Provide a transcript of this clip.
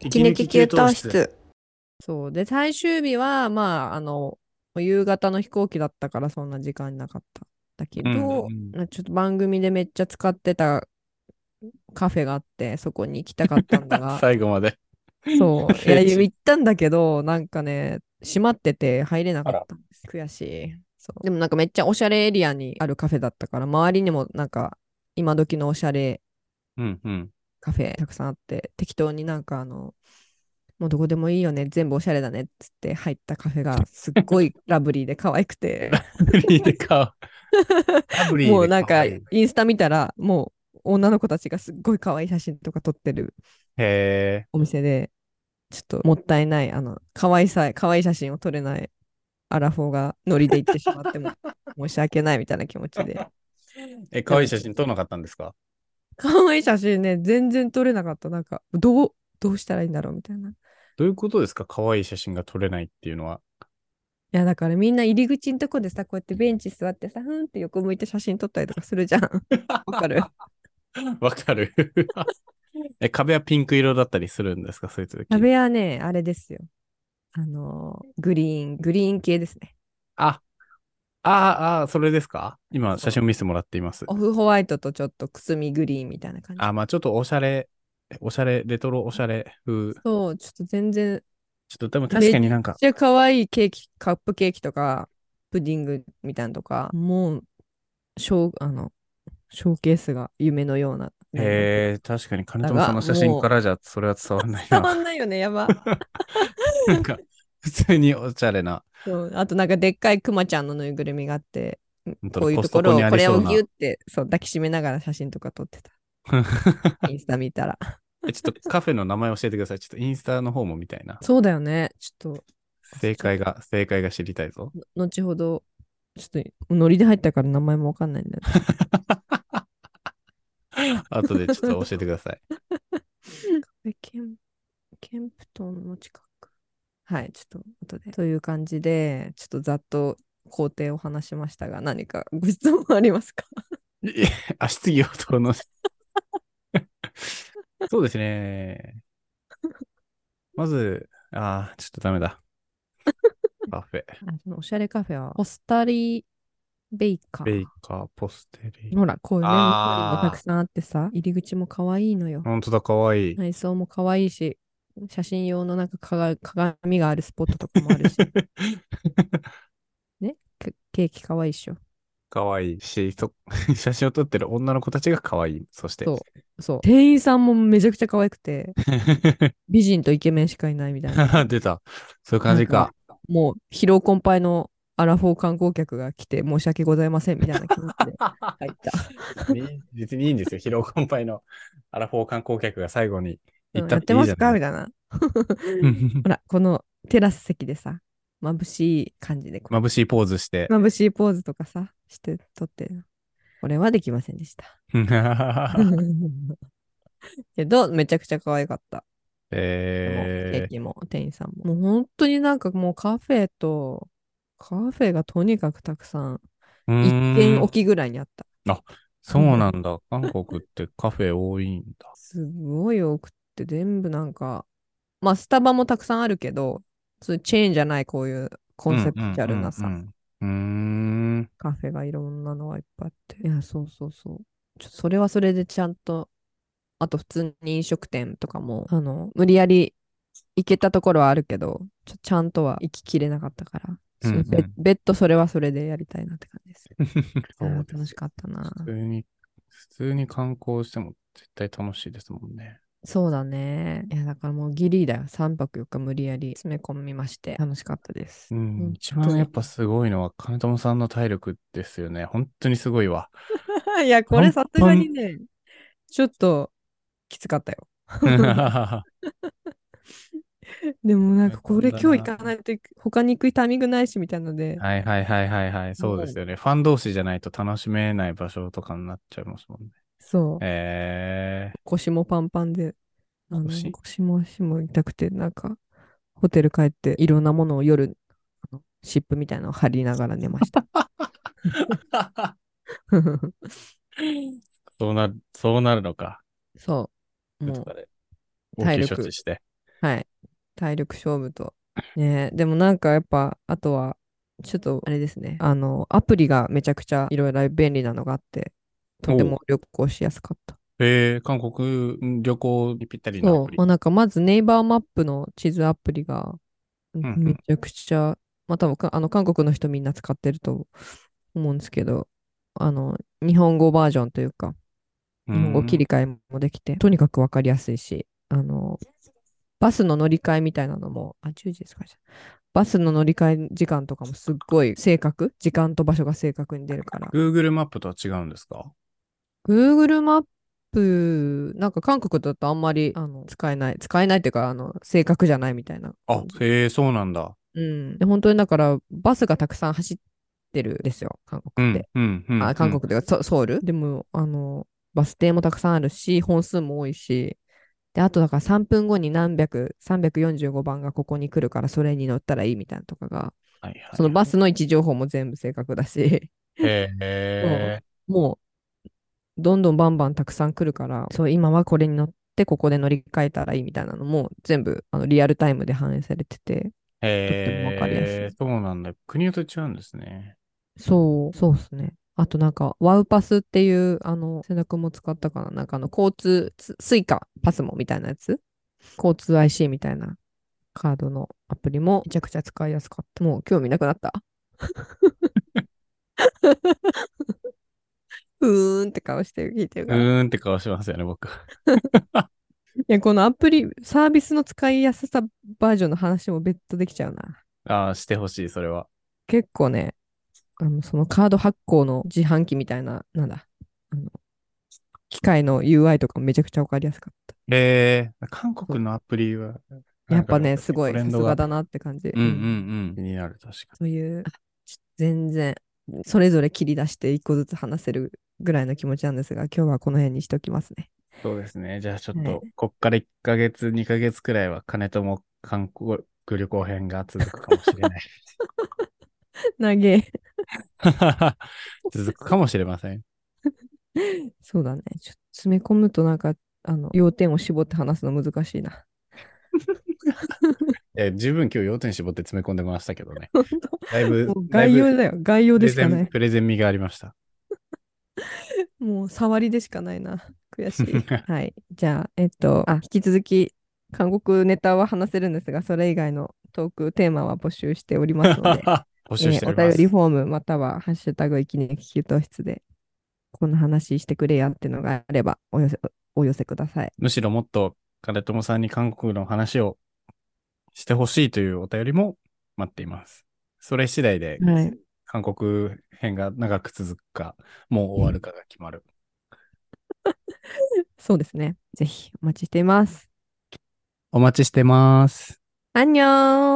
息抜き給湯室。そう。で、最終日は、まあ、あの、夕方の飛行機だったから、そんな時間なかった。だけど、うんうんなちょっと番組でめっちゃ使ってたカフェがあって、そこに行きたかったんだ が、最後まで。そう。いや、聖地行ったんだけど、なんかね、閉まってて入れなかあらったんです。悔しい。そうでもなんかめっちゃおしゃれエリアにあるカフェだったから、周りにもなんか、今時のおしゃれうんうん。カフェたくさんあって適当になんかあのもうどこでもいいよね全部おしゃれだねっつって入ったカフェがすっごいラブリーで可愛く てブリーでか。ラブリーでもうなんか可愛いインスタ見たらもう女の子たちがすっごい可愛い写真とか撮ってるへお店でちょっともったいないあの可愛さ可愛い写真を撮れないアラフォーがノリで行ってし まっても申し訳ないみたいな気持ちでえ。え、可愛い写真撮らなかったんですか可愛い写真ね全然撮れなかったなんかどうどうしたらいいんだろうみたいなどういうことですか可愛い写真が撮れないっていうの は。いやだからみんな入り口のとこでさこうやってベンチ座ってさふーんって横向いて写真撮ったりとか するじゃん。わかるわかる。え、壁はピンク色だったりするんですかそういう時。壁はねあれですよ。あのーグリーングリーン系ですね。あ、あああ、それですか今、写真を見せてもらっています。オフホワイトとちょっとくすみグリーンみたいな感じ。あ、まあちょっとおしゃれ、おしゃれ、レトロおしゃれ風。ちょそうちょっと全然っとでも確かになんか、めっちゃ可愛いケーキカップケーキとかプディングみたいなのとかもうショーあのショーケースが夢のような。へえ、確かに金だ友がさんの写真からじゃそれは伝わらない たま な。んないよねやば。なんか、普通におしゃれな。そうあとなんかでっかいクマちゃんのぬいぐるみがあって本当だこういうところをコストコにあこりれそうなをギュってそう抱きしめながら写真とか撮って たインスタ見たらえちょっとカフェの名前教えてください。ちょっとインスタの方もみたい な。そうだよねちょっと正解が、正解が知りたい ぞ。後ほどちょっとノリで入ったから名前もわかんないんだよね後でちょっと教えてください。 えケンケンプトンの近くはいちょっと後でという感じでちょっとざっと工程を話しましたが何かご質問ありますかあ、質疑応答の。そうですね。まず、あーちょっとダメだ。パ フェ、 あそのおしゃれカフ ェはコスタリベイカーベイカー、ポステリー。ほら、こういうね、緑あーがたくさんあってさ、入り口も可愛いのよ。ほんとだ、かわい い。内装も可愛いし、写真用のなんか鏡鏡があるスポットとかもあ るし、ね、ケケーキ可愛いっしょ。かわいいし、そ 写真を撮ってる女の子たちがかわいい。そして。そそう。店員さんもめちゃくちゃ可愛くて、美人とイケメンしかいないみたいな。出た。そういう感じか。もう、疲労困憊のアラフォー観光客が来て申し訳ございませんみたいな気持ち で入った。ね別にいいんですよ。疲労困憊のアラフォー観光客が最後にう行んったやっってていいまじすゃかなみいたいな。うんほら、このテラス席でさ、眩しい感じでこう眩しいポーズして。眩しいポーズとかさ、して撮ってる。これはできませんでした。 けど、めちゃくちゃ可愛かった。ケーえキも店員さんも。もう本当になんかもうカフェと、カフェがとにかくたくさん、ー、一軒うーおんきぐらいにあった。そうなんだ。韓国ってカフェ多いんだ。すごい多くって、全部なんか、まあスタバもたくさんあるけど、そういうチェーンじゃないこういうコンセプチュアルなさ、うんうんうんうん。うーん。カフェがいろんなのがいっぱいあって。いや、そうそうそう。ちょそれはそれでちゃんと、あと普通に飲食店とかも、あの、無理やり行けたところはあるけど、ちょちゃんとは行ききれなかったから、うんうんそうべ別途それはそれでやりたいなって感じです。 そうあーです楽しかったな。普通に、普通に観光しても絶対楽しいですもんね。そうだね。いや、だからもうギリだよ。3泊4日無理やり詰め込みまして、楽しかったです。うん本、一当番にやっぱすごいのは金友さんの体力ですよね。本当にすごいわ。 いや、これさ本す当がににね、ちょっときつかったよ。でもななんかるほこどれな今日行かないとい他に行くタイミングないしみたいなので、はいはいはいはいはい。そうですよね。ファン同士じゃないと楽しめない場所とかになっちゃいますもんね。そう、え腰もパンパンで、あの腰腰も足も痛くて、なんかホテル帰っていろんなものを夜、あの湿布みたいなのを貼りながら寝ました。 ー。そうなる、そうなるのか。そう。もとうかで。応体急力処置して。はい。体力勝負と。ねでもなんかやっぱ、あとは、ちょっとあれですね。あの、アプリがめちゃくちゃいろいろ便利なのがあって、とても旅行しやすかった。えー、韓国うん旅行にぴったりなアそプう。リまあ、なんかまずネイバーマップの地図アプリが、んうんめちゃくちゃ、まあ多分かあの韓国の人みんな使ってると思うんですけど、あの、日本語バージョンというか、日本語切り替えもできて、とにかく分かりやすいし、あの、バスの乗り換えみたいなのも、あ、10時ですかじゃあバスの乗り換え時間とかもすっごい正確、時間と場所が正確に出るから。うん Google マップとは違うんですか Google マップ、なんか韓国だとあんまりあの使えない、使えないっていうか、あの、正確じゃないみたいなあ感じ。、へえ、そうなんだ。うん。で、本当にだから、バスがたくさん走ってるんですよ、韓う国ってん。、うん、うん。あ、韓国でソソウルでも、あの、バス停もたくさんあるし、本数も多いし、で、あとだから3分後に何百、345番がここに来るから、それに乗ったらいいみたいなとかが、うん。はいはいそのバスの位置情報も全部正確だし、へえ、もう、どんどんバンバンたくさん来るから、そう、今はこれに乗って、ここで乗り換えたらいいみたいなのも、全部、あの、リアルタイムで反映されてて、へとってもわかりやすいえ、そうなんだ。国によって違うんですね。そう、そうですね。あとなんか、ワウパスっていう、あの、背中も使ったかな。なんかあの、交通、ススイカ、パスモみたいなやつ。交通 IC みたいなカードのアプリもめちゃくちゃ使いやすかった。もう興味なくなった。うーんって顔して聞いてるうから。いーんって顔しますよね、僕。や、このアプリ、サービスの使いやすさバージョンの話も別途できちゃうな。ああ、してほしい、それは。結構ね、あの、そのカード発行の自販機みたいな、なんだ、あの、機械の UI とかめちゃくちゃわかりやすかっへえ、韓国のアプリは、た。やっぱね、すごトい、レさンすドががだなって感じ。うんうんうん。気になる、確かそういう、あちょ全然、それぞれ切り出して一個ずつ話せるぐらいの気持ちなんですが、今日はこの辺にしておきますね。 に。そうですね。じゃあちょっはいと、こっから1ヶ月、2ヶ月くらいは、金とも韓国旅行編が続くかもしれない。投げ。 続くかもしれません。そうだね。ちょっと詰め込むとなんか、あの、要点を絞って話すの難しいな。え十分今日要点絞って詰め込んでましたけどね。本だいぶ当もう、だい概ぶ要だよ。概要プでレしゼかなン、い。プレゼン味がありました。 もう触りでしかないな。悔し い。はい。じゃあ、えっと、あ、引き続き、韓国ネタは話せるんですが、それ以外のトークテーマは募集しております ので、 募集しておえーおりま便す。りフォームまたは、ハッシュタグ、いきねき給湯室で、こんな話してくれやってのがあれば、お寄せ、お寄せください。むしろもっと金友さんに韓国の話をしてほしいというお便りも待っています。それ次第ではい。韓国編が長く続くか、もう終わるかが決まる。そうですね。ぜひ、お待ちしています。お待ちしてます。アンニョーン